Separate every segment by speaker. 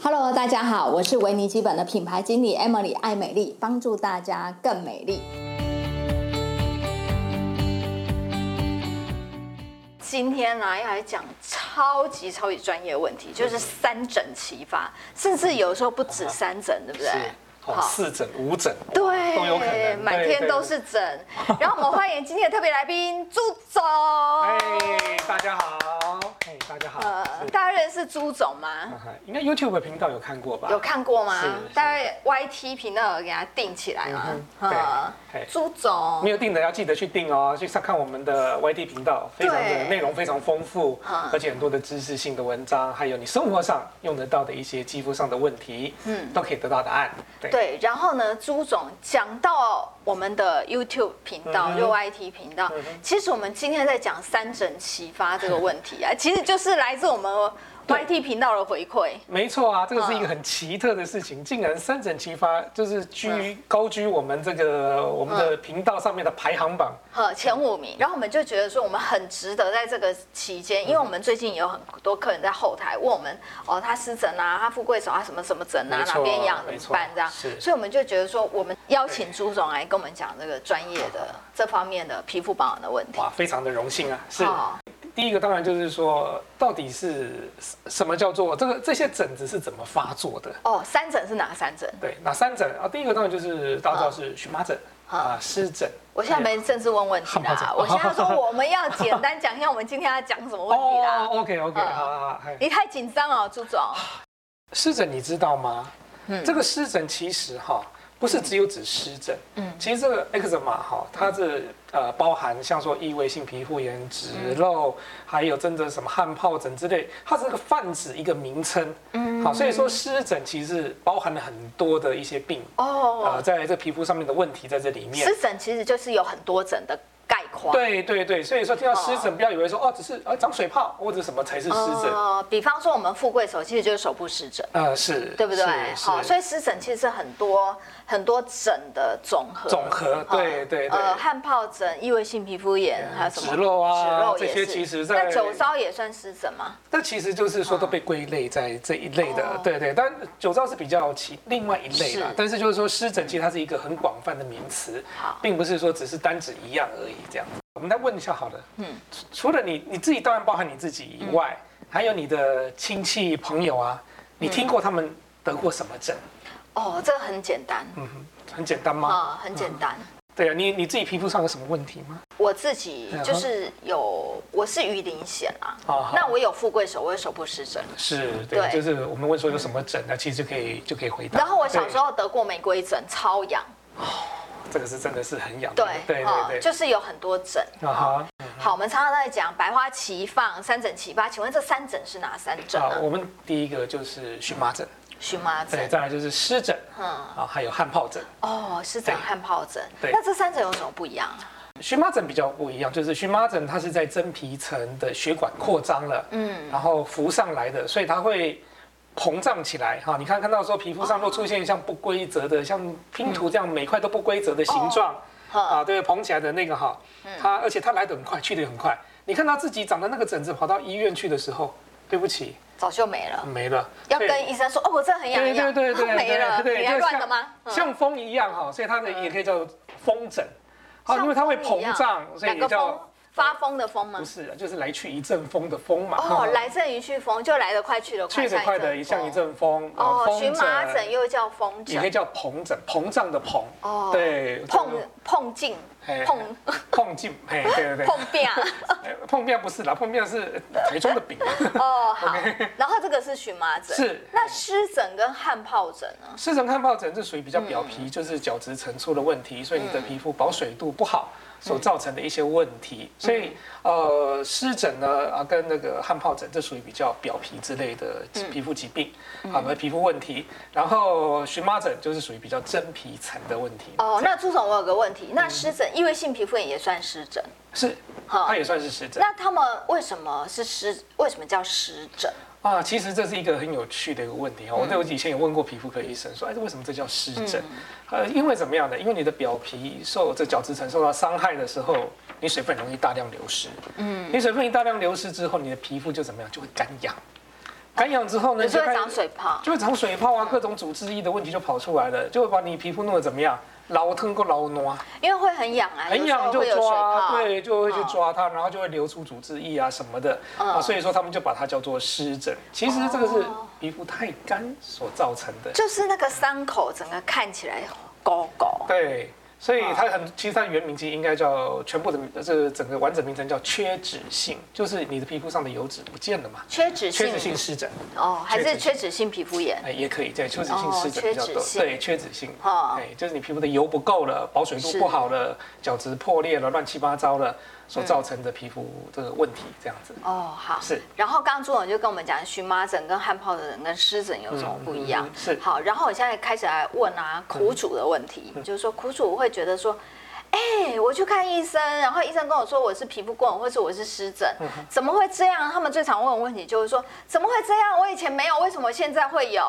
Speaker 1: Hello，大家好，我是维尼基本的品牌经理 Emily 爱美丽，帮助大家更美丽。
Speaker 2: 今天呢、要来讲超级超级专业的问题，就是
Speaker 3: 嗯
Speaker 2: 三诊齐发，甚至有时候不止三诊，对不对
Speaker 3: 是？哦，四诊五诊
Speaker 2: 对，
Speaker 3: 都有可能，
Speaker 2: 满
Speaker 3: 对
Speaker 2: 天都。是诊。然后我们欢迎今天的特别来宾朱总。
Speaker 3: 对哎，大家好，哎，大家好。
Speaker 2: 呃，
Speaker 3: 是
Speaker 2: 大家认识朱总吗？
Speaker 3: 啊哈应该 YouTube 频道有看过吧？
Speaker 2: 有看过吗
Speaker 3: 是是？
Speaker 2: 大概 YT 频道有给他定起来吗？
Speaker 3: 嗯哼对
Speaker 2: 嗯
Speaker 3: 嘿
Speaker 2: 朱总
Speaker 3: 没，有订的要记得去订哦，去上看我们的 YT 频道，非常的
Speaker 2: 对
Speaker 3: 内容非常丰富
Speaker 2: 嗯，
Speaker 3: 而且很多的知识性的文章，还有你生活上用得到的一些肌肤上的问题，嗯，都可以得到答案。对
Speaker 2: 对，然后呢，朱总讲到我们的 YouTube 频道，
Speaker 3: 嗯哼嗯
Speaker 2: 就 YT 频道，其实我们今天在讲三整齐发这个问题 啊，其实就是来自我们 YT 频道的回馈。
Speaker 3: 没错啊，这个是一
Speaker 2: 嗯
Speaker 3: 个很奇特的事情，竟然三整齐发，就是居、
Speaker 2: 嗯
Speaker 3: 高居我们这个我们的频道上面的排行榜。
Speaker 2: 呃，前五名，然后我们就觉得说，我们很值得在这个期
Speaker 3: 嗯
Speaker 2: 间，因为我们最近也有很多客人在后台问我们，哦，他湿疹啊，他富贵手啊，什么什么疹啊，哪
Speaker 3: 没错
Speaker 2: 边痒怎
Speaker 3: 没
Speaker 2: 么
Speaker 3: 错
Speaker 2: 办这样，
Speaker 3: 是
Speaker 2: 所以我们就觉得说，我们邀请朱总来跟我们讲这个专业的这方面的皮肤保养的问题。
Speaker 3: 哇，非常的荣幸啊！是、
Speaker 2: 哦
Speaker 3: 第一个，当然就是说，到底是什么叫做这个这些疹子是怎么发作的？
Speaker 2: 哦，三诊是哪三诊？
Speaker 3: 对，哪三疹啊？第一个当然就是大家知道是荨麻疹啊、湿疹。
Speaker 2: 我现在没政治问问题
Speaker 3: 哎好
Speaker 2: 啦
Speaker 3: 好，
Speaker 2: 我现在说我们要简单讲一下我们今天要讲什么问题啦。
Speaker 3: 哦，OK OK，
Speaker 2: 嗯
Speaker 3: 好好好。嘿
Speaker 2: 你太紧张了，朱总。
Speaker 3: 湿疹你知道吗？
Speaker 2: 嗯
Speaker 3: 这个湿疹其实哈，不是只有指湿疹，嗯，其实这个 eczema 哈，它这呃包含像说异位性皮肤炎、脂漏，
Speaker 2: 嗯
Speaker 3: 还有真的什么汗疱疹之类，它是个泛指一个名称，嗯，好，所以说湿疹其实包含了很多的一些病，呃，
Speaker 2: 哦，
Speaker 3: 在这皮肤上面的问题在这里面，
Speaker 2: 湿疹其实就是有很多疹的概括。
Speaker 3: 对对对，所以说听到湿疹，不要以为说哦，只是呃长水泡或者什么才是湿疹，
Speaker 2: 哦，比方说我们富贵手其实就是手部湿疹，
Speaker 3: 呃，是，
Speaker 2: 对不对？
Speaker 3: 是
Speaker 2: 好，
Speaker 3: 是
Speaker 2: 所以湿疹其实是很多很多疹的总和。
Speaker 3: 总和
Speaker 2: 好
Speaker 3: 对对对
Speaker 2: 呃，汗疱疹、异位性皮肤炎，还有什么？
Speaker 3: 脂漏啊
Speaker 2: 脂漏
Speaker 3: 这
Speaker 2: 也
Speaker 3: 些
Speaker 2: 是
Speaker 3: 其实在
Speaker 2: 那酒糟也算湿疹吗？
Speaker 3: 那其实就是说都被归类在这一类的，
Speaker 2: 嗯哦
Speaker 3: 对对。但酒糟是比较其另外一类啦
Speaker 2: 是，
Speaker 3: 但是就是说湿疹其实它是一个很广泛的名词
Speaker 2: 好，
Speaker 3: 并不是说只是单指一样而已这样子。我们再问一下好了，
Speaker 2: 嗯嗯
Speaker 3: 嗯，除了你你自己，当然包含你自己以外，还有你的亲戚朋友啊，你听过他们得过什么疹？
Speaker 2: 哦，这个很简单
Speaker 3: 嗯哼，很简单吗？
Speaker 2: 啊，很简单。
Speaker 3: 对啊，你你自己皮肤上有什么问题吗？
Speaker 2: 我自己就是有，我是鱼鳞癣
Speaker 3: 嗯好啊
Speaker 2: 啊
Speaker 3: 好，
Speaker 2: 那我有富贵手，我有手部湿疹。
Speaker 3: 是
Speaker 2: 对
Speaker 3: 对，就是我们问说有什么疹呢，其实就可以就可以回答。
Speaker 2: 然后我小时
Speaker 3: 候
Speaker 2: 候得过玫瑰疹，超痒，
Speaker 3: 这个是真的是很痒的，
Speaker 2: 对
Speaker 3: 对
Speaker 2: 啊
Speaker 3: 对对，
Speaker 2: 就是有很多疹。
Speaker 3: 啊哈。
Speaker 2: 好，我们常常在讲百花齐放、三疹齐发，请问这三疹是哪三疹
Speaker 3: 啊，
Speaker 2: 呢？
Speaker 3: 我们第一个就是荨麻疹，
Speaker 2: 荨麻
Speaker 3: 对，
Speaker 2: 疹，
Speaker 3: 再来就是湿疹，
Speaker 2: 嗯，
Speaker 3: 啊，还有汗疱疹。
Speaker 2: 哦，湿疹、
Speaker 3: 对
Speaker 2: 汗疱疹。
Speaker 3: 对
Speaker 2: 那这三疹有什么不一样啊？
Speaker 3: 荨麻疹比较不一样，就是荨麻疹它是在真皮层的血管扩张了，
Speaker 2: 嗯
Speaker 3: 嗯，然后浮上来的，所以它会膨胀起来哈。你看看到说皮肤上若出现像不规则的，像拼图这样每块都不规则的形状，
Speaker 2: 哦嗯
Speaker 3: 啊，对，膨起来的那个哈，它而且它来得很快，去得也很快。你看到自己长的那个疹子跑到医院去的时候，对不起，啊
Speaker 2: 早就没了，
Speaker 3: 没了，
Speaker 2: 要
Speaker 3: 嗯对
Speaker 2: 跟医生说哦，我这很痒
Speaker 3: 对
Speaker 2: 很痒，
Speaker 3: 对对对，
Speaker 2: 没了，
Speaker 3: 对，
Speaker 2: 你还
Speaker 3: 就
Speaker 2: 乱
Speaker 3: 像
Speaker 2: 的吗？嗯
Speaker 3: 像风一样哈，所以它的也可以叫风疹，好，因为它会膨胀，所以
Speaker 2: 两
Speaker 3: 也
Speaker 2: 个
Speaker 3: 叫
Speaker 2: 风发疯的疯吗
Speaker 3: 不？是，啊就是来去一阵风的风嘛。
Speaker 2: 哦，来阵一去风，就来得快去得快，
Speaker 3: 嗯去得快的
Speaker 2: 一
Speaker 3: 一像一。阵风，
Speaker 2: 哦
Speaker 3: 呃，
Speaker 2: 荨
Speaker 3: 风
Speaker 2: 麻疹又叫风
Speaker 3: 也可以
Speaker 2: 疹，
Speaker 3: 叫膨疹，膨胀的膨，
Speaker 2: 哦
Speaker 3: 对，
Speaker 2: 碰碰镜
Speaker 3: 嘿
Speaker 2: 碰
Speaker 3: 碰劲，哎，对对 对，
Speaker 2: 碰壁啊。
Speaker 3: 哎碰面不是啦，碰面是台中的饼。啊
Speaker 2: 哦，好。然后这个是荨麻疹，
Speaker 3: 是
Speaker 2: 那湿疹跟汗疱疹呢？
Speaker 3: 湿疹汗疱疹是属于比
Speaker 2: 嗯
Speaker 3: 较表皮，就是角质层出了问题，所以你的皮肤保水度不好
Speaker 2: 嗯
Speaker 3: 所造成的一些问题。所以呃，湿疹呢啊跟那个汗疱疹这属于比较表皮之类的
Speaker 2: 嗯
Speaker 3: 皮肤疾病，好的皮肤问题。然后荨麻疹就是属于比较真皮层的问题，
Speaker 2: 哦，那朱总，我有个问题，
Speaker 3: 嗯
Speaker 2: 那湿疹，异位性皮肤炎也算湿疹，
Speaker 3: 是
Speaker 2: 好
Speaker 3: 它也算是湿疹
Speaker 2: 那他们为什么是湿？为什么叫湿疹？
Speaker 3: 啊。其实这是一个很有趣的一个问题
Speaker 2: 嗯
Speaker 3: 哦。我对我以前也问过皮肤科医生说，哎，为什么这叫湿疹？呃，因为怎么样呢？因为你的表皮受这角质层受到伤害的时候，你水分
Speaker 2: 嗯
Speaker 3: 容易大量流失。你水分一大量流失之后，你的皮肤就怎么样，就会干痒。感染之后呢，
Speaker 2: 有时候
Speaker 3: 就
Speaker 2: 会
Speaker 3: 开
Speaker 2: 长水泡。
Speaker 3: 就会长水泡啊，各种组织液的问题就跑出来了，就会把你皮肤弄得怎么样，老疼够老挪，啊
Speaker 2: 因为会很痒啊，
Speaker 3: 很
Speaker 2: 有时
Speaker 3: 痒
Speaker 2: 候
Speaker 3: 就
Speaker 2: 会有水
Speaker 3: 抓，
Speaker 2: 泡，
Speaker 3: 对，就会去
Speaker 2: 嗯
Speaker 3: 抓它，然后就会流出组织液啊什么的，
Speaker 2: 嗯哦
Speaker 3: 啊，所以说他们就把它叫做湿疹。其实这个是皮肤太干所造成的，
Speaker 2: 就是那个伤口整个看起来狗狗，
Speaker 3: 对。所
Speaker 2: 嗯
Speaker 3: 以它很，其实它的原名其实应该叫全部的这个整个完整名称叫缺脂性，就是你的皮肤上的油脂不见了嘛。
Speaker 2: 缺脂性
Speaker 3: 缺脂性湿疹，
Speaker 2: 哦，还
Speaker 3: 缺
Speaker 2: 是
Speaker 3: 脂
Speaker 2: 缺脂性皮肤炎。
Speaker 3: 哎，也可以，对，缺脂性湿疹比较
Speaker 2: 哦缺脂
Speaker 3: 多，
Speaker 2: 性
Speaker 3: 对，缺脂性，
Speaker 2: 哦
Speaker 3: 哎，就是你皮肤的油不够了，保水度
Speaker 2: 是
Speaker 3: 不好了，角质破裂了，乱七八糟了，
Speaker 2: 嗯
Speaker 3: 所造成的皮肤这个问题，这样子。
Speaker 2: 哦，好。
Speaker 3: 是。
Speaker 2: 然后刚刚朱总就跟我们讲，荨麻疹跟汗疱疹跟湿疹有什么不一样？
Speaker 3: 嗯嗯嗯是
Speaker 2: 好，然后我现在开始来问啊，苦主的问题，就是说苦主会觉得说。哎、我去看医生，然后医生跟我说我是皮肤过敏，或者我是湿疹，怎么会这样？他们最常问的问题就是说，怎么会这样？我以前没有，为什么现在会有？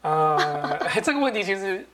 Speaker 3: 呃， 这个问题其实，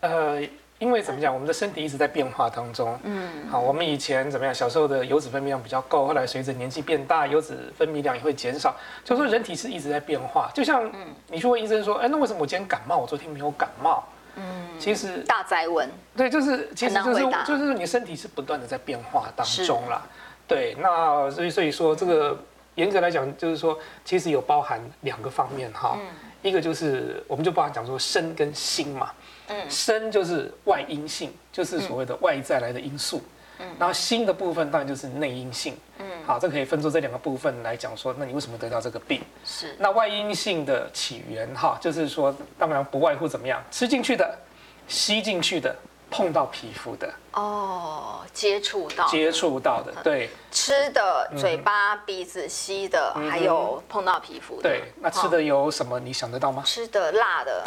Speaker 3: 呃，因为怎么讲，我们的身体一直在变化当中。嗯，好，我们以前怎么样，小时候的油脂分泌量比较够，后来随着年纪变大，油脂分泌量也会减少。就说人体是一直在变化，就像你去问医生说，哎、那为什么我今天感冒，我昨天没有感冒？嗯，其实
Speaker 2: 大灾问，
Speaker 3: 对，就是其实
Speaker 2: 难
Speaker 3: 就是
Speaker 2: 回答
Speaker 3: 就是你身体是不断的在变化当中啦。对，那所以所以说这个严格来讲，就是说其实有包含两个方面哈。一个就是我们就包含讲说身跟心嘛。嗯。身就是外因性，就是所谓的外在来的因素。嗯。然后心的部分当然就是内因性。嗯。好，这可以分作这两个部分来讲说，那你为什么得到这个病？
Speaker 2: 是
Speaker 3: 那外因性的起源哈，就是说，当然不外乎怎么样，吃进去的、吸进去的、碰到皮肤的、
Speaker 2: 哦，接触到
Speaker 3: 接触到的，对
Speaker 2: 吃的、嘴
Speaker 3: 嗯
Speaker 2: 巴、鼻子、吸的，还有碰到皮肤的。
Speaker 3: 对。那吃
Speaker 2: 哦
Speaker 3: 的有什么你想得到吗？
Speaker 2: 吃的辣的，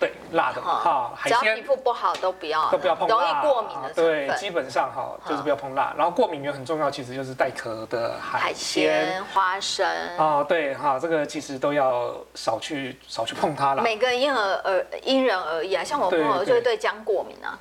Speaker 3: 对，辣的哈，海
Speaker 2: 只要皮
Speaker 3: 鲜
Speaker 2: 肤不好都不要，
Speaker 3: 都不要碰
Speaker 2: 容
Speaker 3: 辣，
Speaker 2: 易过敏的成
Speaker 3: 对，基
Speaker 2: 分。
Speaker 3: 本上哈就是不要碰辣。然后过敏源很重要，其实就是带壳的海
Speaker 2: 海
Speaker 3: 鲜。
Speaker 2: 鲜、花生，
Speaker 3: 啊，对哈，这个其实都要少去少去碰它啦。
Speaker 2: 每个因而而因人而异啊。像我朋
Speaker 3: 对
Speaker 2: 友就会
Speaker 3: 对
Speaker 2: 对姜过敏啊，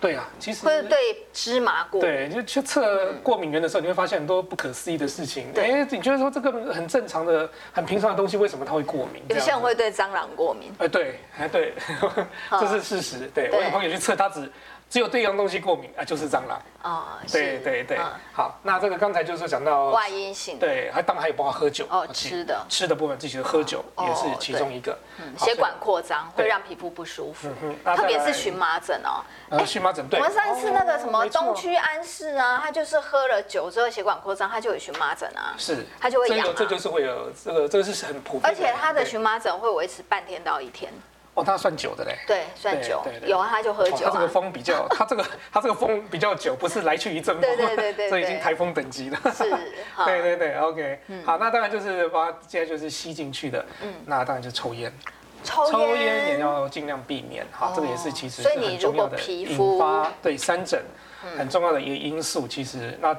Speaker 3: 对啊，其实
Speaker 2: 或者对芝麻过敏。
Speaker 3: 对，就去测过敏源的时候，你会发现很多不可思议的事情。
Speaker 2: 对
Speaker 3: 哎，你觉得说这个很正常的、很平常的东西，为什么它会过敏？
Speaker 2: 有
Speaker 3: 这
Speaker 2: 些人
Speaker 3: 样子
Speaker 2: 会对蟑螂过敏，
Speaker 3: 哎，对，哎，对， 这是事实。对我有朋友去测，他只只有对一样东西过敏啊，就是蟑螂。
Speaker 2: 啊，是
Speaker 3: 对对对
Speaker 2: 嗯，
Speaker 3: 好，那这个刚才就是讲到
Speaker 2: 外因性，
Speaker 3: 对，还当然还有包括喝酒
Speaker 2: 哦
Speaker 3: 其
Speaker 2: 吃的
Speaker 3: 吃的部分，这其实喝酒
Speaker 2: 哦
Speaker 3: 也是其中一个。
Speaker 2: 嗯
Speaker 3: 好
Speaker 2: 血管，扩张会
Speaker 3: 对嗯
Speaker 2: 让皮肤不舒服
Speaker 3: 哼，那
Speaker 2: 特别
Speaker 3: 再来
Speaker 2: 是荨麻疹哦。
Speaker 3: 所以呃，荨麻疹对。
Speaker 2: 我们上次那个什
Speaker 3: 哦
Speaker 2: 么
Speaker 3: 没错
Speaker 2: 东区安氏啊，他就是喝了酒之后血管扩张，他就有荨麻疹啊，
Speaker 3: 是，
Speaker 2: 他就会
Speaker 3: 这
Speaker 2: 痒
Speaker 3: 个
Speaker 2: 啊
Speaker 3: 这就是会有这个这个是很普遍的。
Speaker 2: 而且他的
Speaker 3: 对
Speaker 2: 荨麻疹会维持半天到一天，
Speaker 3: 哦，他算久的嘞。
Speaker 2: 对，算
Speaker 3: 对
Speaker 2: 久
Speaker 3: 对，对
Speaker 2: 有啊他就喝
Speaker 3: 哦
Speaker 2: 酒
Speaker 3: 它这个
Speaker 2: 啊。
Speaker 3: 风比 较，它这个它这个风比较久，不是来去一阵风，
Speaker 2: 对对对对
Speaker 3: 这已经
Speaker 2: 对
Speaker 3: 台风等级了。
Speaker 2: 是 哈
Speaker 3: 对对对，OK，、好，
Speaker 2: 嗯
Speaker 3: 那当然就是把它现在就是吸进去的，嗯，那当然就抽烟，
Speaker 2: 抽哦
Speaker 3: 抽烟也要尽量避免，哈、这个也是其实是
Speaker 2: 所以你
Speaker 3: 很重要的
Speaker 2: 如果皮
Speaker 3: 引
Speaker 2: 肤嗯
Speaker 3: 发对三疹很重要的一个因素，其实那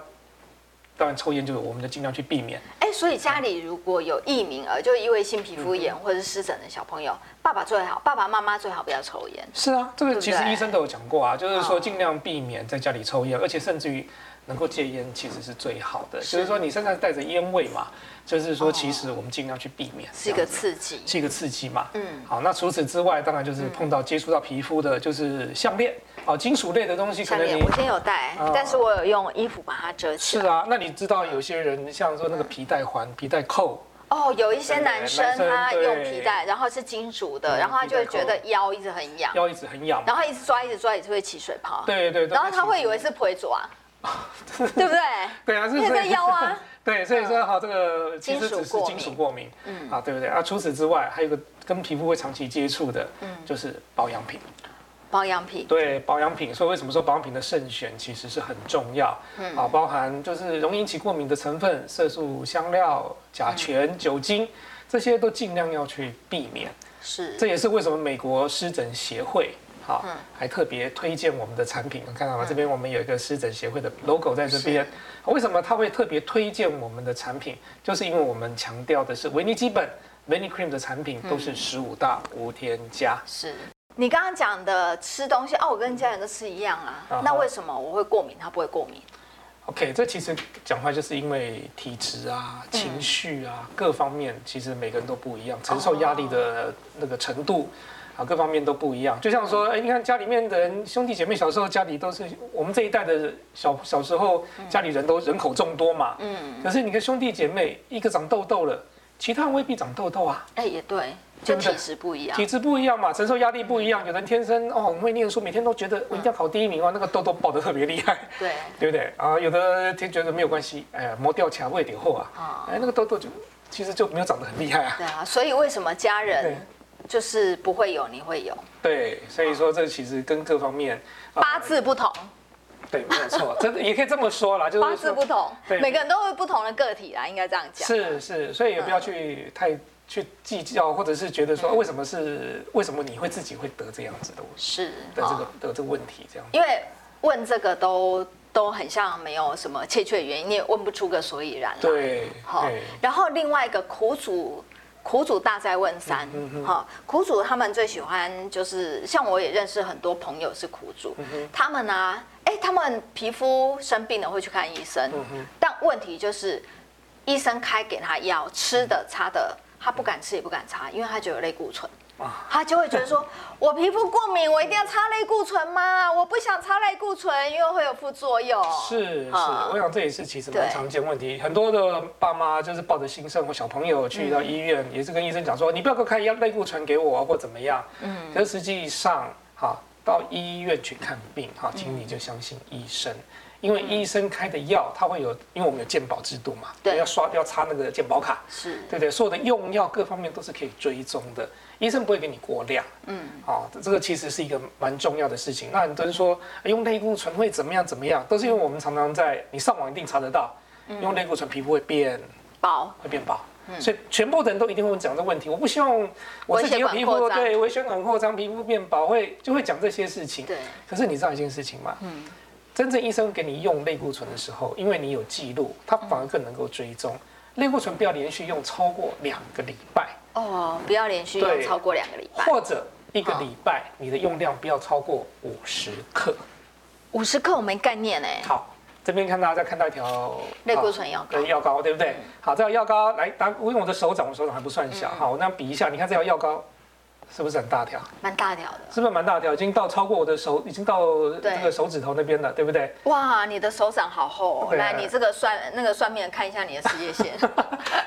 Speaker 3: 当然抽烟就是我们就尽量去避免，
Speaker 2: 哎，所以家里如果有易敏
Speaker 3: 嗯
Speaker 2: 儿，就异位性皮肤炎或者是湿疹的小朋友，爸爸最好，爸爸妈妈最好不要抽烟。
Speaker 3: 是啊，这
Speaker 2: 对
Speaker 3: 个
Speaker 2: 不
Speaker 3: 其实
Speaker 2: 对
Speaker 3: 医生都有讲过啊，就是
Speaker 2: 哦
Speaker 3: 说尽量避免在家里抽烟，而且甚至于能够戒烟其实是最好的。就是说你身上带着烟味嘛，就是说其实我们尽量去避免，
Speaker 2: 哦是一
Speaker 3: 这
Speaker 2: 个
Speaker 3: 样子
Speaker 2: 刺激，
Speaker 3: 是一个刺激嘛。
Speaker 2: 嗯
Speaker 3: 好，那除此之外，当然就是碰到接触到皮肤的，就是项链，哦，金属类的东西，可
Speaker 2: 项
Speaker 3: 能
Speaker 2: 链
Speaker 3: 你
Speaker 2: 我。今天有戴
Speaker 3: 哦，
Speaker 2: 但是我有用衣服把它遮起
Speaker 3: 是
Speaker 2: 来。
Speaker 3: 啊，那你知道有些人像说那个皮带环、皮带扣，
Speaker 2: 哦，有一些
Speaker 3: 对
Speaker 2: 男生
Speaker 3: 男生
Speaker 2: 他用
Speaker 3: 对
Speaker 2: 皮带，然后是金属的，
Speaker 3: 嗯
Speaker 2: 然后他就会
Speaker 3: 皮带
Speaker 2: 觉
Speaker 3: 扣
Speaker 2: 得腰一直很痒，
Speaker 3: 腰一直很痒嘛。
Speaker 2: 然后一直抓一直抓也是会起水泡，
Speaker 3: 对对对。
Speaker 2: 然后他会以为是腿 抓，对不对？
Speaker 3: 对啊，是
Speaker 2: 那
Speaker 3: 所
Speaker 2: 个
Speaker 3: 以
Speaker 2: 腰啊。
Speaker 3: 对，所以说哈，这个其实
Speaker 2: 金属
Speaker 3: 只是
Speaker 2: 过敏
Speaker 3: 金属过敏，嗯啊，对不对啊？除此之外，还有一个跟皮肤会长期接触的，嗯，就是保养品。
Speaker 2: 保养品，
Speaker 3: 对，保养品，所以为什么说保养品的慎选其实是很重要？嗯啊，包含就是容易引起过敏的成分、色素、香料、甲醛、酒精，这些都尽量要去避免。
Speaker 2: 是
Speaker 3: 这也是为什么美国湿疹协会。好，还特别推荐我们的产品，看到吗？这边我们有一个湿疹协会的 logo 在这边。为什么他会特别推荐我们的产品？就是因为我们强调的是维尼基本 m a n i Cream 的产品都是十五大无添加。
Speaker 2: 是。你刚刚讲的吃东西哦，我跟家人都吃一样啊，
Speaker 3: 啊哈
Speaker 2: 那为什么我会过敏，他不会过敏？
Speaker 3: OK，这其实讲话就是因为体质啊、情绪啊、各方面，其实每个人都不一样，承受压力的那个程度。啊，各方面都不一样。就像说，哎、你看家里面的人，兄弟姐妹小时候家里都是我们这一代的小小时候，家里人都人口众多嘛。
Speaker 2: 嗯，
Speaker 3: 可是你看兄弟姐妹，一个长痘痘了，其他人未必长痘痘啊，
Speaker 2: 哎、也对，就
Speaker 3: 对不
Speaker 2: 体
Speaker 3: 对
Speaker 2: 质不一样
Speaker 3: 体。质不一样嘛，承受压力不一样。有人天生哦很会念书，每天都觉得我一定要考第一名哦，那个痘痘爆得特别厉害。
Speaker 2: 对，
Speaker 3: 对不对啊？有的就觉得没有关系，哎呀，磨掉卡位点后啊
Speaker 2: 哦，
Speaker 3: 哎，那个痘痘就其实就没有长得很厉害啊。
Speaker 2: 对啊，所以为什么家
Speaker 3: 对
Speaker 2: 人就是不会有，你会有？
Speaker 3: 对，所以说这其实跟各方面啊
Speaker 2: 八字不同，
Speaker 3: 对，没 有错，真的也可以这么说啦，就是
Speaker 2: 八字
Speaker 3: 说
Speaker 2: 不同，
Speaker 3: 对
Speaker 2: 每个人都有不同的个体啦，应该这样讲。
Speaker 3: 是是，所以也不要去太去计较，或者是觉得
Speaker 2: 嗯
Speaker 3: 说啊为什么是为什么你会自己会得这样子的
Speaker 2: 是
Speaker 3: 的这个
Speaker 2: 哦
Speaker 3: 的这个问题这样子。
Speaker 2: 因为问这个都都很像没有什么确切的原因，你也问不出个所以然来。
Speaker 3: 对，
Speaker 2: 好
Speaker 3: 对，
Speaker 2: 然后另外一个苦主。苦主大灾问三，
Speaker 3: 嗯
Speaker 2: 好、苦主他们最喜欢就是像我也认识很多朋友是苦主，
Speaker 3: 嗯
Speaker 2: 他们呢、啊，哎、他们皮肤生病了会去看医生，
Speaker 3: 嗯
Speaker 2: 但问题就是医生开给他药吃的擦的，他不敢吃也不敢擦，因为他觉得有类固醇。
Speaker 3: 啊
Speaker 2: 他就会觉得 说，我皮肤过敏，我一定要擦类固醇吗？我不想擦类固醇，因为会有副作用。
Speaker 3: 是是，
Speaker 2: 啊
Speaker 3: 我想这也是其实
Speaker 2: 对
Speaker 3: 蛮常见问题。很多的爸妈就是抱着新生或小朋友去到
Speaker 2: 嗯
Speaker 3: 医院，也是跟医生讲说，你不要给我开药类固醇给我啊或怎么样。嗯，可是实际上，哈，到医院去看病，哈，请你就相信医生。因为
Speaker 2: 嗯
Speaker 3: 医生开的药，它会有，因为我们有健保制度嘛，
Speaker 2: 对
Speaker 3: 要刷要插那个健保卡，
Speaker 2: 是
Speaker 3: 对不对？所有的用药各方面都是可以追踪的，医生不会给你过量。嗯，哦，这个其实是一个蛮重要的事情。那很多人说哎用类固醇会怎么样怎么样，都是因为我们常常在你上网一定查得到，用类固醇皮肤会变
Speaker 2: 包
Speaker 3: 会变薄。
Speaker 2: 嗯
Speaker 3: 所以全部的人都一定会讲这个问题。我不希望我自己有
Speaker 2: 微血管
Speaker 3: 皮肤
Speaker 2: 扩张
Speaker 3: 对微血管扩张、皮肤变薄，会就会讲这些事情。
Speaker 2: 对嗯
Speaker 3: 可是你知道一件事情吗？真正医生给你用类固醇的时候，因为你有记录，他反而更能够追踪。类固醇不要连续用超过两个礼拜，
Speaker 2: 哦，不要连续用
Speaker 3: 对
Speaker 2: 超过两个礼拜，
Speaker 3: 或者一个礼拜你的用量不要超过五十克。
Speaker 2: 五十克我没概念哎。
Speaker 3: 好，这边看大家看到一条
Speaker 2: 类固醇药膏嗯
Speaker 3: 啊对药膏对不对？好，这条药膏来，拿我用我的手掌，我手掌还不算小，好，我那样比一下，你看这条药膏是不是很大条？
Speaker 2: 蛮大条的。
Speaker 3: 是不是蛮大条？已经到超过我的手，已经到
Speaker 2: 对
Speaker 3: 这个手指头那边了，对 不对？
Speaker 2: 哇，你的手掌好厚、哦，
Speaker 3: 对啊
Speaker 2: 来，你这个算那个算命的看一下你的事业 线，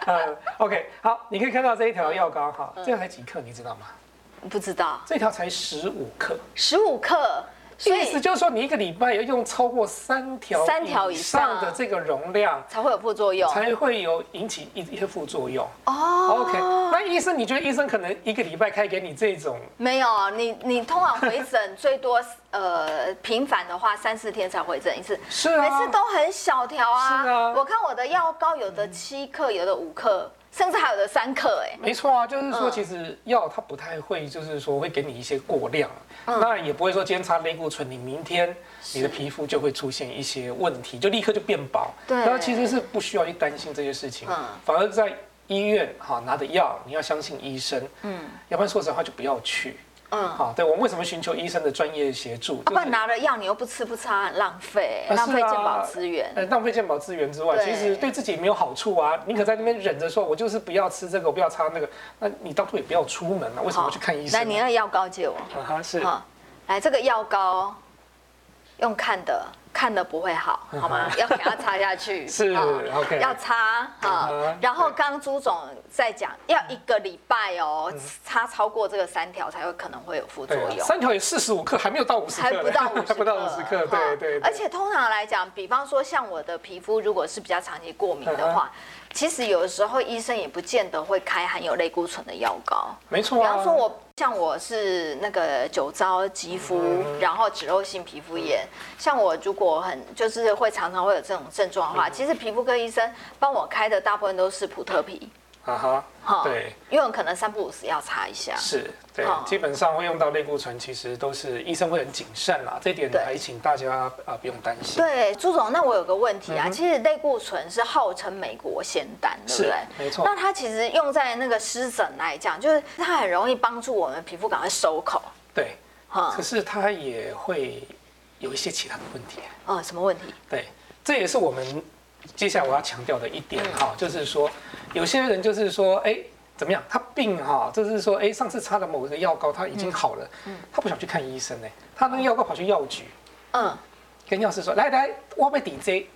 Speaker 3: 嗯，OK，好，你可以看到这一条药膏哈，
Speaker 2: 嗯
Speaker 3: 这条才几克，你知道吗？
Speaker 2: 不知道
Speaker 3: 这条才十五克，
Speaker 2: 十五克，所
Speaker 3: 意思
Speaker 2: 以
Speaker 3: 就是说你一个礼拜要用超过三条
Speaker 2: 三条以
Speaker 3: 以上
Speaker 2: 上
Speaker 3: 的这个容量，
Speaker 2: 才会有副作用
Speaker 3: 才会有引起一一些副作用。
Speaker 2: 哦。
Speaker 3: OK，那医生，你觉得医生可能一个礼拜开给你这种？
Speaker 2: 没有，啊你你通常回诊最多呃频繁的话三四天才回诊一次，
Speaker 3: 是啊
Speaker 2: 每次都很小条啊。
Speaker 3: 是啊嗯
Speaker 2: 我看我的药膏有的七克，有的五克，甚至还有的三克哎。
Speaker 3: 没错啊，就是说，
Speaker 2: 嗯
Speaker 3: 其实药它不太会，就是说会给你一些过量，
Speaker 2: 嗯
Speaker 3: 那也不会说今天擦类固醇，你明天你的皮肤就会出现一些问题，就立刻就变薄。
Speaker 2: 对
Speaker 3: 那其实是不需要去担心这些事情
Speaker 2: 嗯，
Speaker 3: 反而在医院哈拿的药，你要相信医生，嗯，要不然说实话就不要去。
Speaker 2: 嗯
Speaker 3: 嗯，好，对我们为什么寻求医生的专业协助？
Speaker 2: 啊不
Speaker 3: 就是
Speaker 2: 然拿了药你又不吃不擦，很浪费，欸
Speaker 3: 啊
Speaker 2: 浪费
Speaker 3: 是
Speaker 2: 健
Speaker 3: 啊
Speaker 2: 保资源。
Speaker 3: 呃，浪费健保资源之外，
Speaker 2: 对
Speaker 3: 其实对自己也没有好处啊。你可在那边忍着说，我就是不要吃这个，我不要擦那个，那你当初也不要出门啊，为什么要去看医生
Speaker 2: 来，
Speaker 3: 啊？
Speaker 2: 你那药膏借我。
Speaker 3: 啊哈，是
Speaker 2: 好，来这个药膏用看的，看的不会好，好 吗？要给它擦下去。
Speaker 3: 嗯是
Speaker 2: 好
Speaker 3: OK
Speaker 2: 要擦啊
Speaker 3: 嗯。
Speaker 2: 然后刚刚朱总在讲，要一个礼拜哦，擦超过这个三条才会可能会有副作
Speaker 3: 嗯对啊，
Speaker 2: 用。
Speaker 3: 三条也四十五克，还没有到五十克，
Speaker 2: 还不到五十，
Speaker 3: 还不到50克，
Speaker 2: 哈
Speaker 3: 对对。对
Speaker 2: 而且通常来讲，比方说像我的皮肤，如果是比较长期过敏的话，
Speaker 3: 嗯
Speaker 2: 其实有的时候医生也不见得会开含有类固醇的药膏。
Speaker 3: 没
Speaker 2: 比
Speaker 3: 错啊。
Speaker 2: 方说我，像我是那个酒糟肌肤，
Speaker 3: 嗯
Speaker 2: 然后脂漏性皮肤炎。像我如果很就是会常常会有这种症状
Speaker 3: 嗯
Speaker 2: 的话，其实皮肤科医生帮我开的大部分都是普特皮，
Speaker 3: 啊哈，对，，
Speaker 2: 因为我可能三不五时要擦一下。
Speaker 3: 是，对
Speaker 2: 哦，
Speaker 3: 基本上会用到类固醇，其实都是医生会很谨慎啦，这点
Speaker 2: 对
Speaker 3: 还请大家啊不用担心。
Speaker 2: 对，朱总，那我有个问题啊，其实类固醇是号称美国仙丹，对不
Speaker 3: 嗯是
Speaker 2: 对？
Speaker 3: 没错
Speaker 2: 那它其实用在那个湿疹来讲，就是它很容易帮助我们皮肤赶快收口。
Speaker 3: 对，
Speaker 2: 哈
Speaker 3: 可，是它也会有一些其他的问题。啊
Speaker 2: 嗯，什么问题？
Speaker 3: 对，这也是我们接下来我要强调的一点哈，就是说有些人就是说，哎，怎么样？他病哈，就是说，哎，上次擦了某个药膏，他已经好了，他不想去看医生呢，他那个药膏跑去药局
Speaker 2: 嗯，
Speaker 3: 跟药师说，来来，我被抵 J，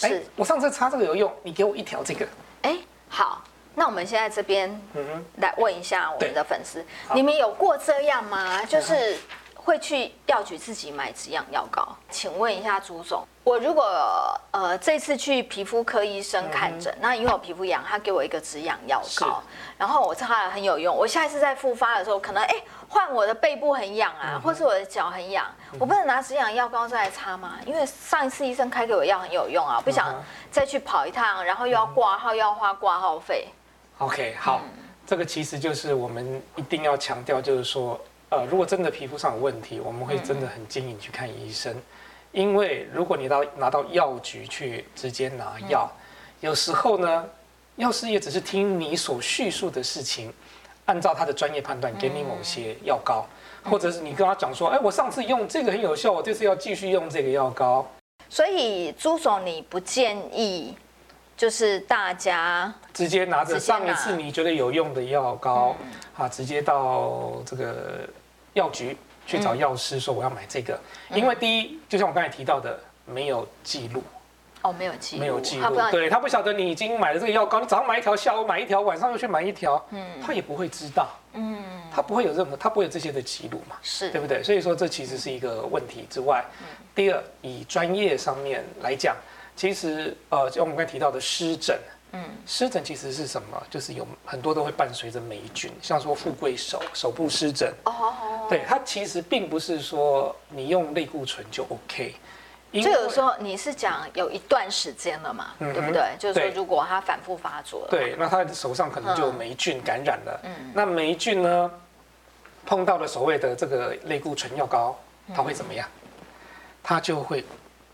Speaker 3: 哎
Speaker 2: 是，
Speaker 3: 我上次擦这个有用，你给我一条这个，
Speaker 2: 哎，好，那我们现在这边
Speaker 3: 嗯哼，
Speaker 2: 来问一下我
Speaker 3: 对
Speaker 2: 们的粉丝，你们有过这样 吗？就是会去药局自己买止痒药膏？请问一下朱总，我如果呃这次去皮肤科医生
Speaker 3: 嗯
Speaker 2: 看诊，那因为我皮肤痒，他给我一个止痒药膏，然后我擦了很有用，我下一次再复发的时候，可能哎换我的背部很痒
Speaker 3: 嗯
Speaker 2: 啊，或是我的脚很痒，我不能拿止痒药膏再来擦吗？因为上一次医生开给我药很有用啊，我不想
Speaker 3: 嗯哼
Speaker 2: 再去跑一趟，然后又要挂号，又要花挂号费。
Speaker 3: OK，好，这个其实就是我们一定要强调，就是说，呃，如果真的皮肤上有问题，我们会真的很建议你去看医生，因为如果你到拿到药局去直接拿药，有时候呢，药师也只是听你所叙述的事情，按照他的专业判断给你某些药膏，或者是你跟他讲说，哎，我上次用这个很有效，我这次要继续用这个药膏。
Speaker 2: 所以朱总，你不建议就是大家
Speaker 3: 直接拿着
Speaker 2: 直接拿嗯
Speaker 3: 上一次你觉得有用的药膏啊，直接到这个药局去找药师说我要买这个，
Speaker 2: 嗯
Speaker 3: 因为第一，就像我刚才提到的，没有记录，
Speaker 2: 哦没有记录，
Speaker 3: 没有记
Speaker 2: 他不
Speaker 3: 录
Speaker 2: 知，道
Speaker 3: 对他不晓得你已经买了这个药膏，你早上买一条，下午买一条，晚上又去买一条，
Speaker 2: 嗯
Speaker 3: 他也不会知道，他不会有任何，他不会有这些的记录嘛，
Speaker 2: 是嗯
Speaker 3: 对不对？所以说这其实是一个问题之外，第二，以专业上面来讲，其实呃，就我们刚才提到的湿疹，嗯，湿疹其实是什么？就是有很多都会伴随着霉菌，像说富贵手、手部湿疹，
Speaker 2: 哦，
Speaker 3: 对它其实并不是说你用类固醇就 OK，因
Speaker 2: 就有时候你是讲有一段时间了嘛，
Speaker 3: 嗯哼
Speaker 2: 对不对？就是说
Speaker 3: 对
Speaker 2: 如果他反复发作了，，
Speaker 3: 对，那他的手上可能
Speaker 2: 嗯
Speaker 3: 就有霉菌感染了。那霉菌呢，碰到了所谓的这个类固醇药膏，
Speaker 2: 嗯
Speaker 3: 它会怎么样？它就会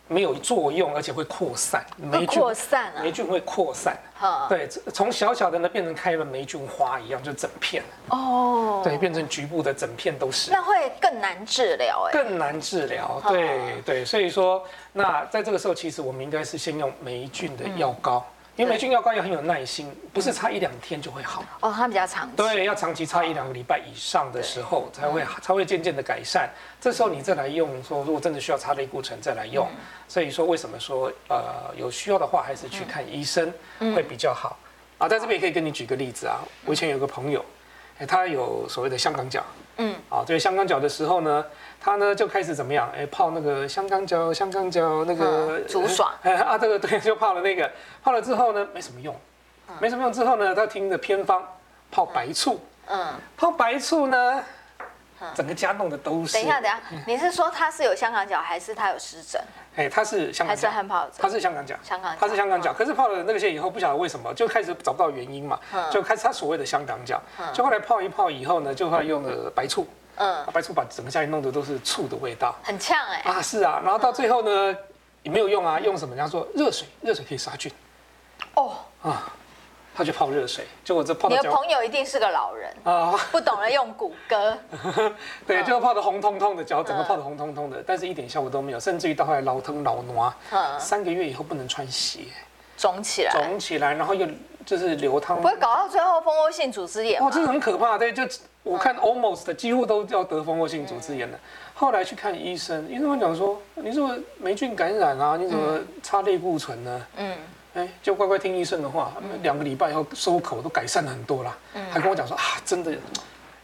Speaker 3: 没有作用，而且会扩散。
Speaker 2: 会扩散啊
Speaker 3: 霉，菌会扩散。
Speaker 2: 哈，
Speaker 3: 对，从小小的呢变成开了霉菌花一样，就整片，
Speaker 2: 哦，
Speaker 3: 对，，变成局部的整片都是。
Speaker 2: 那会更难治疗哎，
Speaker 3: 更难治疗，对对，所以说，那在这个时候，其实我们应该是先用霉菌
Speaker 2: 嗯
Speaker 3: 的药膏，因为霉菌药膏要很有耐心，不是擦一两天就会好。
Speaker 2: 哦，它比较长期，
Speaker 3: 对，要长期擦一两个礼拜以上的时候，才会才会渐渐的改善。这时候你再来用，说如果真的需要擦类固醇再来用。所以说为什么说呃有需要的话还是去看医生会比较好啊？在这边也可以跟你举个例子啊，我以前有个朋友，哎，他有所谓的香港脚。
Speaker 2: 嗯，
Speaker 3: 啊，对香港脚的时候呢，他呢就开始怎么样？哎，泡那个香港脚，香港脚那个
Speaker 2: 嗯竹爽
Speaker 3: 哎 啊，这个对，就泡了那个，泡了之后呢，没什么用，没什么用之后呢，他听的偏方泡白醋，
Speaker 2: 嗯，
Speaker 3: 泡白醋呢，整个家弄的都是。
Speaker 2: 等一下，，等一下，你是说他是有香港脚，还是他有湿疹，
Speaker 3: 哎，他是香
Speaker 2: 还
Speaker 3: 港
Speaker 2: 是
Speaker 3: 脚，
Speaker 2: 汗疱疹？
Speaker 3: 他是香港脚，
Speaker 2: 香港脚嗯
Speaker 3: 他是香港脚，可是泡了那些以后，不晓得为什么就开始找不到原因嘛，
Speaker 2: 嗯
Speaker 3: 就开始他所谓的香港脚，就后来泡一泡以后呢，就后来用了白醋，
Speaker 2: 嗯，
Speaker 3: 白醋把整个家里弄的都是醋的味道。
Speaker 2: 很呛哎，
Speaker 3: 啊，是啊，然后到最后呢，也没有用啊，用什么？人家说热水，热水可以杀菌，啊
Speaker 2: 哦，
Speaker 3: 他就泡热水，结果这泡
Speaker 2: 你
Speaker 3: 到
Speaker 2: 的
Speaker 3: 脚
Speaker 2: 朋友一定是个老人，
Speaker 3: 啊，
Speaker 2: 不懂得用骨骼，啊
Speaker 3: 对，就泡的红彤彤的脚，整个泡的红彤彤的，但是一点效果都没有，甚至于到后来老疼老挪，啊
Speaker 2: 嗯，
Speaker 3: 三个月以后不能穿鞋，
Speaker 2: 肿起来，
Speaker 3: 肿起来，然后又就是流汤
Speaker 2: 不，啊会搞到最后蜂窝性组织炎
Speaker 3: 哇，
Speaker 2: 吗？
Speaker 3: 这个很可怕，对，就我看 almost 几乎都要得蜂窝性组织炎了。后来去看医生，医生跟我讲说，你怎么霉菌感染啊？你怎么擦类固醇呢？
Speaker 2: 嗯，
Speaker 3: 哎，就乖乖听医生的话，两个礼拜以后收口都改善了很多啦，还跟我讲说啊，真的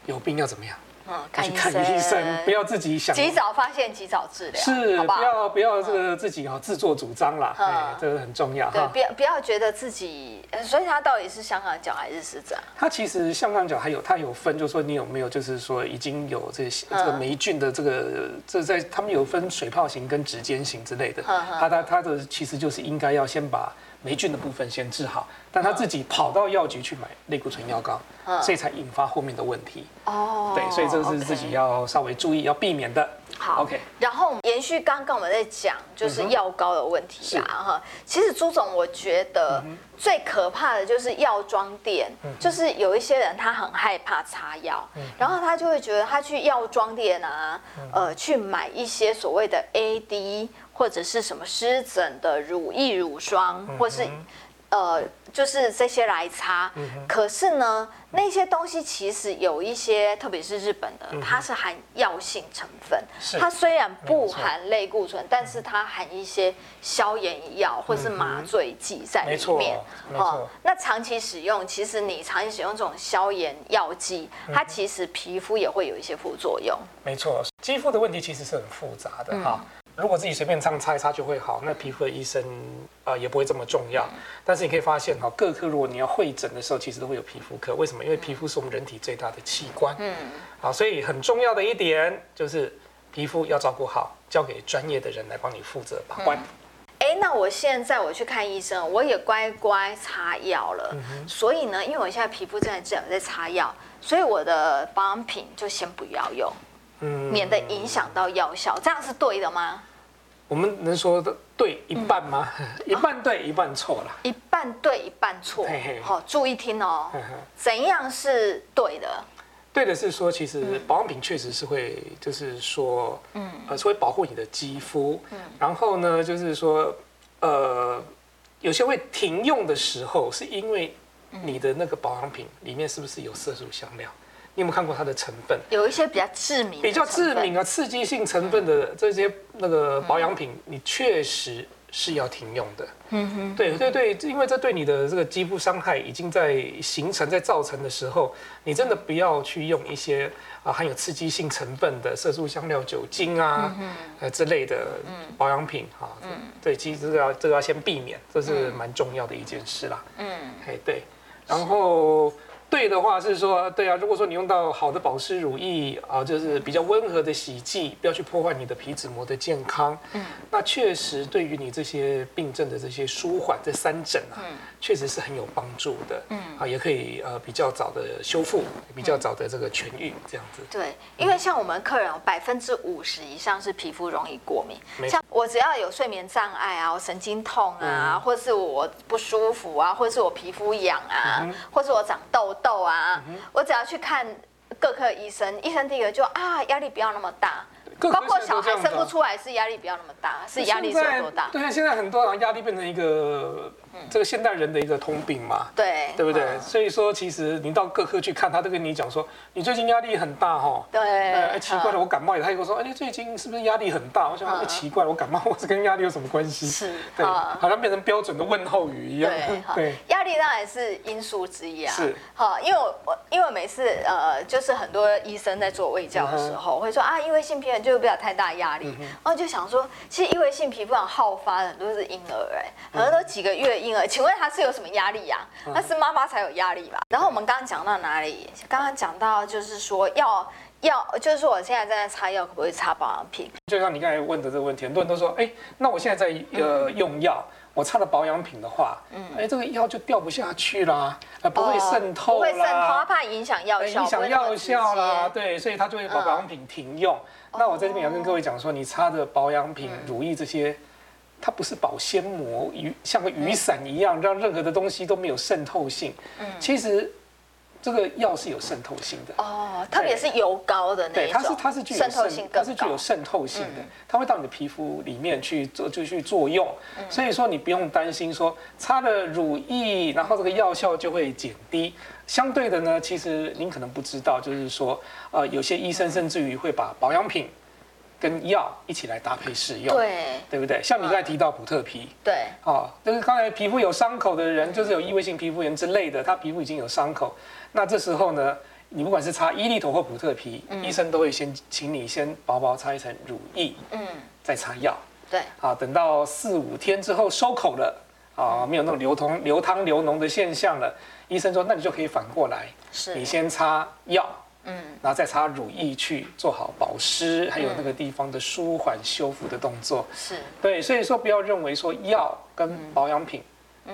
Speaker 3: 有病要怎么样，
Speaker 2: 嗯，
Speaker 3: 要去看医生，不要自己想。
Speaker 2: 及早发现，及早治疗，
Speaker 3: 是，
Speaker 2: 好
Speaker 3: 不
Speaker 2: 不好？
Speaker 3: 要不要这个自己哈哦自作主张啦，
Speaker 2: 嗯
Speaker 3: 哎，这个很重要
Speaker 2: 对，
Speaker 3: 哈
Speaker 2: 不。要不要觉得自己，呃所以他到底是香港脚还是湿疹？
Speaker 3: 它其实香港脚还有它有分，就是说你有没有就是说已经有这些
Speaker 2: 嗯
Speaker 3: 这个霉菌的这个这在他们有分水泡型跟指尖型之类的，
Speaker 2: 嗯嗯
Speaker 3: 它它它的其实就是应该要先把霉菌的部分先治好，但
Speaker 2: 嗯
Speaker 3: 他自己跑到药局去买类固醇药膏，所以才引发后面的问题。
Speaker 2: 哦
Speaker 3: 对，所以这个是自己要稍微注意、要避免的。
Speaker 2: 好
Speaker 3: OK，
Speaker 2: 然后我们延续刚刚我们在讲就是药膏的问题啊，哈、其实朱总，我觉得最可怕的就是药妆店，就是有一些人他很害怕擦药，然后他就会觉得他去药妆店啊，呃，去买一些所谓的 AD。或者是什么湿疹的乳液、乳霜，或是呃，就是这些来擦。
Speaker 3: 嗯
Speaker 2: 可是呢，那些东西其实有一些，特别是日本的，它是含药性成分
Speaker 3: 嗯是。
Speaker 2: 它虽然不
Speaker 3: 没错
Speaker 2: 含类固醇，但是它含一些消炎药或是麻醉剂在
Speaker 3: 嗯没
Speaker 2: 里
Speaker 3: 错
Speaker 2: 面。哦
Speaker 3: 没错
Speaker 2: 那长期使用，其实你长期使用这种消炎药剂，
Speaker 3: 嗯
Speaker 2: 它其实皮肤也会有一些副作用。
Speaker 3: 没错，肌肤的问题其实是很复杂的哈。如果自己随便上擦一擦就会好，那皮肤的医生呃也不会这么重要。但是你可以发现哈，各科如果你要会诊的时候，其实都会有皮肤科。为什么？因为皮肤是我们人体最大的器官。嗯。好，所以很重要的一点就是皮肤要照顾好，交给专业的人来帮你负责把关。
Speaker 2: 哎，那我现在我去看医生，我也乖乖擦药了。
Speaker 3: 嗯
Speaker 2: 所以呢，因为我现在皮肤真的只有在擦药，所以我的保养品就先不要用，
Speaker 3: 嗯
Speaker 2: 免得影响到药效，这样是对的吗？
Speaker 3: 我们能说的对一半吗？ 一半对，一半错啦。
Speaker 2: 一半对，一半错
Speaker 3: 嘿嗯嘿。
Speaker 2: 好、注意听哦
Speaker 3: 呵呵。
Speaker 2: 怎样是对的？
Speaker 3: 对的是说，其实保养品确实是会，就是说，嗯，呃，是会保护你的肌肤。嗯，然后呢，就是说，呃，有些会停用的时候，是因为你的那个保养品里面是不是有色素香料？你有没有看过它的成分？
Speaker 2: 有一些比较致命的成分，
Speaker 3: 比较致敏啊、刺激性成分的这些那个保养品，
Speaker 2: 嗯
Speaker 3: 你确实是要停用的。嗯哼，对对对，因为这对你的这个肌肤伤害已经在形成、在造成的时候，你真的不要去用一些啊含有刺激性成分的色素、香料、酒精啊、
Speaker 2: 嗯
Speaker 3: 呃之类的保养品啊。对，其实这个要这个要先避免，这是蛮重要的一件事啦。
Speaker 2: 嗯，
Speaker 3: 哎，对，然后对的话是说，对啊，如果说你用到好的保湿乳液啊，就是比较温和的洗剂，不要去破坏你的皮脂膜的健康。嗯，那确实对于你这些病症的这些舒缓，这三诊啊，
Speaker 2: 嗯
Speaker 3: 确实是很有帮助的。嗯，啊，也可以呃比较早的修复，比较早的这个痊愈，这样子。
Speaker 2: 对，因为像我们客人哦百分之五十以上是皮肤容易过敏，
Speaker 3: 没
Speaker 2: 像我只要有睡眠障碍啊，我神经痛啊，
Speaker 3: 嗯
Speaker 2: 或是我不舒服啊，或是我皮肤痒啊，
Speaker 3: 嗯
Speaker 2: 或是我长痘痘啊，我只要去看各科医生，医生第一个就啊压力不要那么大，
Speaker 3: 各科
Speaker 2: 包括
Speaker 3: 现在
Speaker 2: 小
Speaker 3: 都这
Speaker 2: 孩
Speaker 3: 样
Speaker 2: 生
Speaker 3: 子
Speaker 2: 不
Speaker 3: 啊
Speaker 2: 出来是压力不要那么大，是压力是
Speaker 3: 现在
Speaker 2: 有多大？嗯
Speaker 3: 对啊，现在很多人压力变成一个这个现代人的一个通病嘛。
Speaker 2: 对，
Speaker 3: 对不对？
Speaker 2: 嗯
Speaker 3: 所以说，其实你到各科去看，他都跟你讲说，你最近压力很大哈、哦。
Speaker 2: 对
Speaker 3: 呃哎奇怪了，
Speaker 2: 嗯
Speaker 3: 我感冒也，他跟我说，哎，你最近是不是压力很大？我想，哎，奇怪，我感冒，我是跟压力有什么关系？
Speaker 2: 是
Speaker 3: 对，
Speaker 2: 嗯
Speaker 3: 好像变成标准的问候语一样嗯
Speaker 2: 对，。好
Speaker 3: 对，
Speaker 2: 压力当然是因素之一啊。
Speaker 3: 是，
Speaker 2: 好，因为我我因为每次呃，就是很多医生在做胃教的时
Speaker 3: 嗯
Speaker 2: 候，会说啊，因为性皮炎就不要太大压力，然后就想说，其实因为性皮肤很好发的很多是婴儿，哎，
Speaker 3: 嗯
Speaker 2: 很多都几个月婴儿，请问他是有什么压力呀？啊那是妈妈才有压力吧？然后我们刚刚讲到哪里？刚刚讲到就是说要。要就是说，我现在正在擦药，可不可以擦保养品？
Speaker 3: 就像你刚才问的这个问题，很多人都说，哎，那我现在在
Speaker 2: 哦
Speaker 3: 呃用药，我擦了保养品的话，
Speaker 2: 嗯
Speaker 3: 哎，这个药就掉不下去啦，呃，不会渗透
Speaker 2: 不会
Speaker 3: 啦，
Speaker 2: 渗透，它怕影响药
Speaker 3: 哎
Speaker 2: 效，
Speaker 3: 影
Speaker 2: 不
Speaker 3: 响
Speaker 2: 会那么
Speaker 3: 药
Speaker 2: 直
Speaker 3: 效啦，
Speaker 2: 接嗯
Speaker 3: 对，所以他就会把保养品停用。那我在这边也要跟各位讲说，你擦的保养品、
Speaker 2: 嗯
Speaker 3: 乳液这些，它不是保鲜膜，雨像个雨伞一样，让任何的东西都没有渗透性。
Speaker 2: 嗯
Speaker 3: 其实这个药是有渗透性的。
Speaker 2: 哦，特别是油膏的那
Speaker 3: 对，
Speaker 2: 一
Speaker 3: 它
Speaker 2: 种，
Speaker 3: 是它是具有
Speaker 2: 渗透性
Speaker 3: 它
Speaker 2: 更
Speaker 3: 是具有
Speaker 2: 高。嗯
Speaker 3: 渗透性的，它会到你的皮肤里面去做就去作用，
Speaker 2: 嗯
Speaker 3: 所以说你不用担心说擦了乳液，然后这个药效就会减低。相对的呢，其实您可能不知道，就是说，呃，有些医生甚至于会把保养品跟药一起来搭配使用，
Speaker 2: 对
Speaker 3: 对不对？像你刚才提到普特皮，
Speaker 2: 对，
Speaker 3: 哦，就是刚才皮肤有伤口的人，就是有异位性皮肤炎之类的，他皮肤已经有伤口，那这时候呢，你不管是擦伊利头或普特皮，医生都会先请你先薄薄擦一层乳液，
Speaker 2: 嗯，
Speaker 3: 再擦药，
Speaker 2: 对，
Speaker 3: 啊，等到四五天之后收口了，啊，没有那种流通流汤流脓的现象了，医生说那你就可以反过来，
Speaker 2: 是
Speaker 3: 你先擦药，
Speaker 2: 嗯，
Speaker 3: 然后再擦乳液去做好保湿，还有那个地方的舒缓修复的动作，
Speaker 2: 是
Speaker 3: 对，所以说不要认为说药跟
Speaker 2: 嗯
Speaker 3: 保养品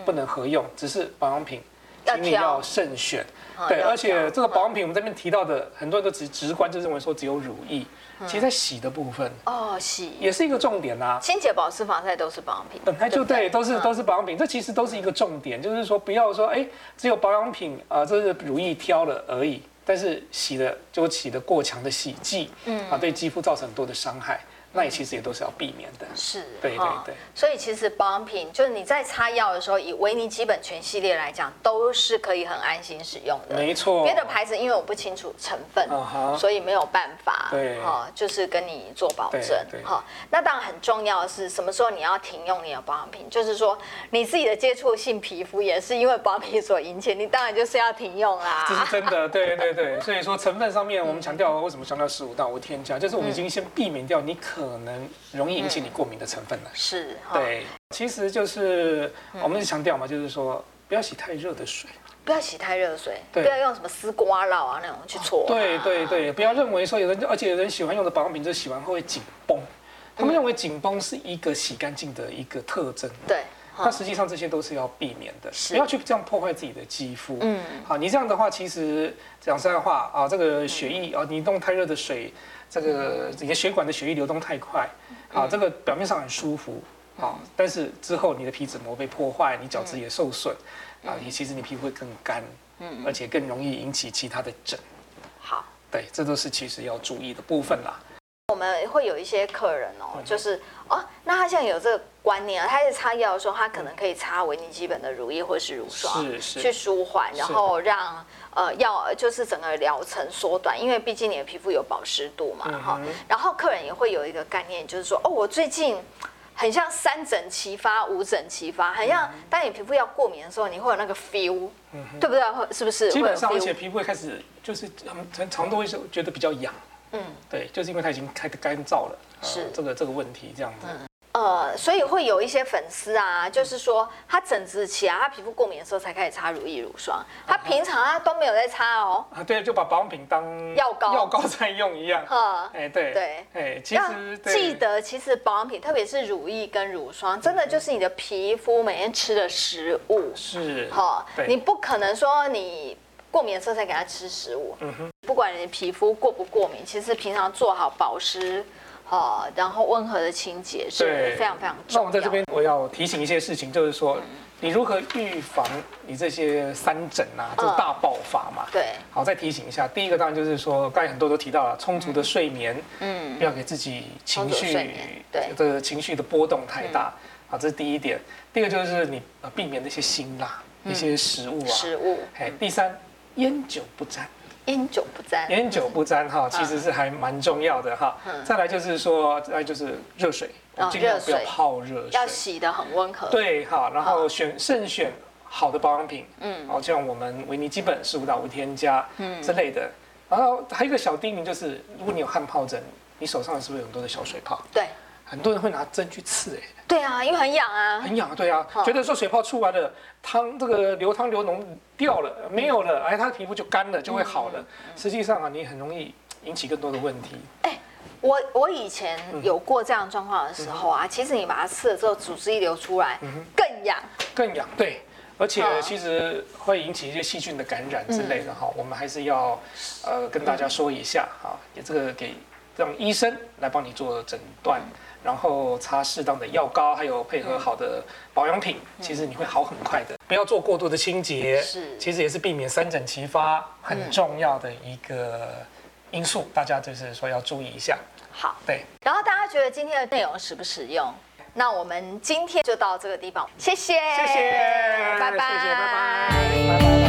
Speaker 3: 不能合用，只是保养品，
Speaker 2: 要
Speaker 3: 请你
Speaker 2: 挑
Speaker 3: 要慎选。
Speaker 2: 哦
Speaker 3: 对，
Speaker 2: 要
Speaker 3: 而且
Speaker 2: 挑
Speaker 3: 这个保养品我们这边提到的，很多人都直直观就认为说只有乳液，
Speaker 2: 嗯
Speaker 3: 其实在洗的部分
Speaker 2: 哦，洗、
Speaker 3: 也是一个重点啦。
Speaker 2: 清洁、保湿、防晒都是保养品，
Speaker 3: 本来就
Speaker 2: 不对，嗯
Speaker 3: 对，都是都是保养品，这其实都是一个重点，就是说不要说哎，只有保养品啊，这是乳液挑了而
Speaker 2: 嗯
Speaker 3: 已，但是洗的就洗的过强的洗剂，啊，对肌肤造成很多的伤害。那你其实也都是要避免的。
Speaker 2: 是，
Speaker 3: 对
Speaker 2: 哈
Speaker 3: 对对
Speaker 2: 所以其实保养品就是你在擦药的时候，以维尼基本全系列来讲，都是可以很安心使用的。
Speaker 3: 没错
Speaker 2: 别的牌子因为我不清楚成分
Speaker 3: 嗯哼
Speaker 2: 所以没有办法，
Speaker 3: 对
Speaker 2: 哈，就是跟你做保证
Speaker 3: 对，对
Speaker 2: 哈。那当然很重要的是，什么时候你要停用你的保养品，就是说你自己的接触性皮肤也是因为保养品所引起，你当然就是要停用啊 啦。
Speaker 3: 这是真的，对对对，所以说成分上面我们强调为什么强调十五到无添加，就是我们已经先避免掉你可能容易引起你过敏的成分了。
Speaker 2: 是，哈，
Speaker 3: 对，其实就是我们一直强调嘛，就是说不要洗太热的水。
Speaker 2: 不要洗太热水，不
Speaker 3: 对
Speaker 2: 要用什么丝瓜酪啊那种去搓啊。
Speaker 3: 对对对，不要认为说有人，而且有人喜欢用的保养品就是洗完后会紧绷，他们认为紧绷是一个洗干净的一个特征。
Speaker 2: 对，哈
Speaker 3: 那实际上这些都是要避免的，
Speaker 2: 是
Speaker 3: 不要去这样破坏自己的肌肤。
Speaker 2: 嗯
Speaker 3: 嗯，好，你这样的话，其实讲实在话啊，这个血液啊，你弄太热的水，这个你的血管的血液流动太快，啊，这个表面上很舒服，啊，但是之后你的皮脂膜被破坏，你角质也受损，啊，也其实你皮肤会更干，嗯，而且更容易引起其他的疹。
Speaker 2: 好。
Speaker 3: 对，这都是其实要注意的部分啦。
Speaker 2: 我们会有一些客人
Speaker 3: 嗯
Speaker 2: 哦，就是哦，那他现在有这个观念啊，他在擦药的时候，他可能可以擦维尼基本的乳液或是乳霜，
Speaker 3: 是是
Speaker 2: 去舒缓，然后让呃药就是整个疗程缩短，因为毕竟你的皮肤有保湿度嘛
Speaker 3: 嗯
Speaker 2: 哈、然后客人也会有一个概念，就是说哦，我最近。很像三疹齐发、五疹齐发，很
Speaker 3: 嗯
Speaker 2: 像当你皮肤要过敏的时候，你会有那个 feel，、对不对？会是不是？
Speaker 3: 基本上，
Speaker 2: 会
Speaker 3: 而
Speaker 2: 有 feel
Speaker 3: 且皮肤会开始就是很常常都会觉得比较痒。嗯，对，就是因为它已经开始干燥了，呃
Speaker 2: 是
Speaker 3: 这个这个问题这样子。
Speaker 2: 呃，所以会有一些粉丝啊，
Speaker 3: 嗯
Speaker 2: 就是说他整治期啊，他皮肤过敏的时候才开始擦乳液、乳
Speaker 3: 嗯
Speaker 2: 霜，他平常他都没有在擦哦。
Speaker 3: 啊，对，就把保养品当
Speaker 2: 药膏
Speaker 3: 药膏在用一样。
Speaker 2: 呵
Speaker 3: 哎，对
Speaker 2: 对
Speaker 3: 哎，其
Speaker 2: 要
Speaker 3: 实对嗯
Speaker 2: 记得，其实保养品，特别是乳液跟乳霜，真的就是你的皮肤每天吃的食物。
Speaker 3: 是
Speaker 2: 哈，
Speaker 3: 对
Speaker 2: 你不可能说你过敏的时候才给他吃食物。
Speaker 3: 嗯
Speaker 2: 不管你皮肤过不过敏，其实平常做好保湿，哈，然后温和的清洁是
Speaker 3: 对
Speaker 2: 非常非常重要。嗯
Speaker 3: 那我们在这边我要提醒一些事情，就是说你如何预防你这些三疹啊，这个大爆发嘛。
Speaker 2: 嗯对
Speaker 3: 好，再提醒一下，第一个当然就是说，刚才很多都提到了充足的睡眠，嗯，不要给自己情
Speaker 2: 充足的睡
Speaker 3: 绪
Speaker 2: 眠对嗯
Speaker 3: 这个情绪的波动太大。好，这是第一点。第二个就是你呃避免那些辛辣、一些食物啊。
Speaker 2: 嗯食物
Speaker 3: 哎，第三，烟酒不沾。
Speaker 2: 烟酒不沾，
Speaker 3: 烟酒不沾
Speaker 2: 嗯
Speaker 3: 哈，其实是还蛮重要的哈。再来就是说，再来就是热水，我们尽量不要
Speaker 2: 哦热水嗯
Speaker 3: 泡热水
Speaker 2: 要，洗得很温和。
Speaker 3: 对哈。然后选慎选好的保养品，嗯，好像我们维尼基本十五到无添加，嗯之类的。然后还有一个小叮咛就是，如果你有汗疱疹，你手上是不是有很多的小水泡？
Speaker 2: 对
Speaker 3: 很多人会拿针去刺，哎，
Speaker 2: 对啊，因为很痒啊。
Speaker 3: 很痒，对啊，觉得说水泡出来了，汤这个流汤流脓掉了，没有了，哎，他的皮肤就干了，就会好了。实际上啊，你很容易引起更多的问题。
Speaker 2: 我我以前
Speaker 3: 嗯
Speaker 2: 有过这样的状况的时候啊，其实你把它吃了之后，组织一流出来，
Speaker 3: 嗯
Speaker 2: 更痒。
Speaker 3: 更痒，对，而且
Speaker 2: 嗯
Speaker 3: 其实会引起一些细菌的感染之类的哈、我们还是要呃跟大家说一下哈，也这个给让医生来帮你做诊断，
Speaker 2: 嗯
Speaker 3: 然后擦适当的药膏，还有配合好的保养品，其实你会好很快的。不要做过度的清洁，
Speaker 2: 嗯是
Speaker 3: 其实也是避免三疹齐发很重要的一个因素，大家就是说要注意一下，
Speaker 2: 好，
Speaker 3: 对。
Speaker 2: 然后大家觉得今天的内容实不实用？那我们今天就到这个地方，谢谢，
Speaker 3: 谢谢，
Speaker 2: 拜拜，
Speaker 3: 谢谢，拜拜，拜拜。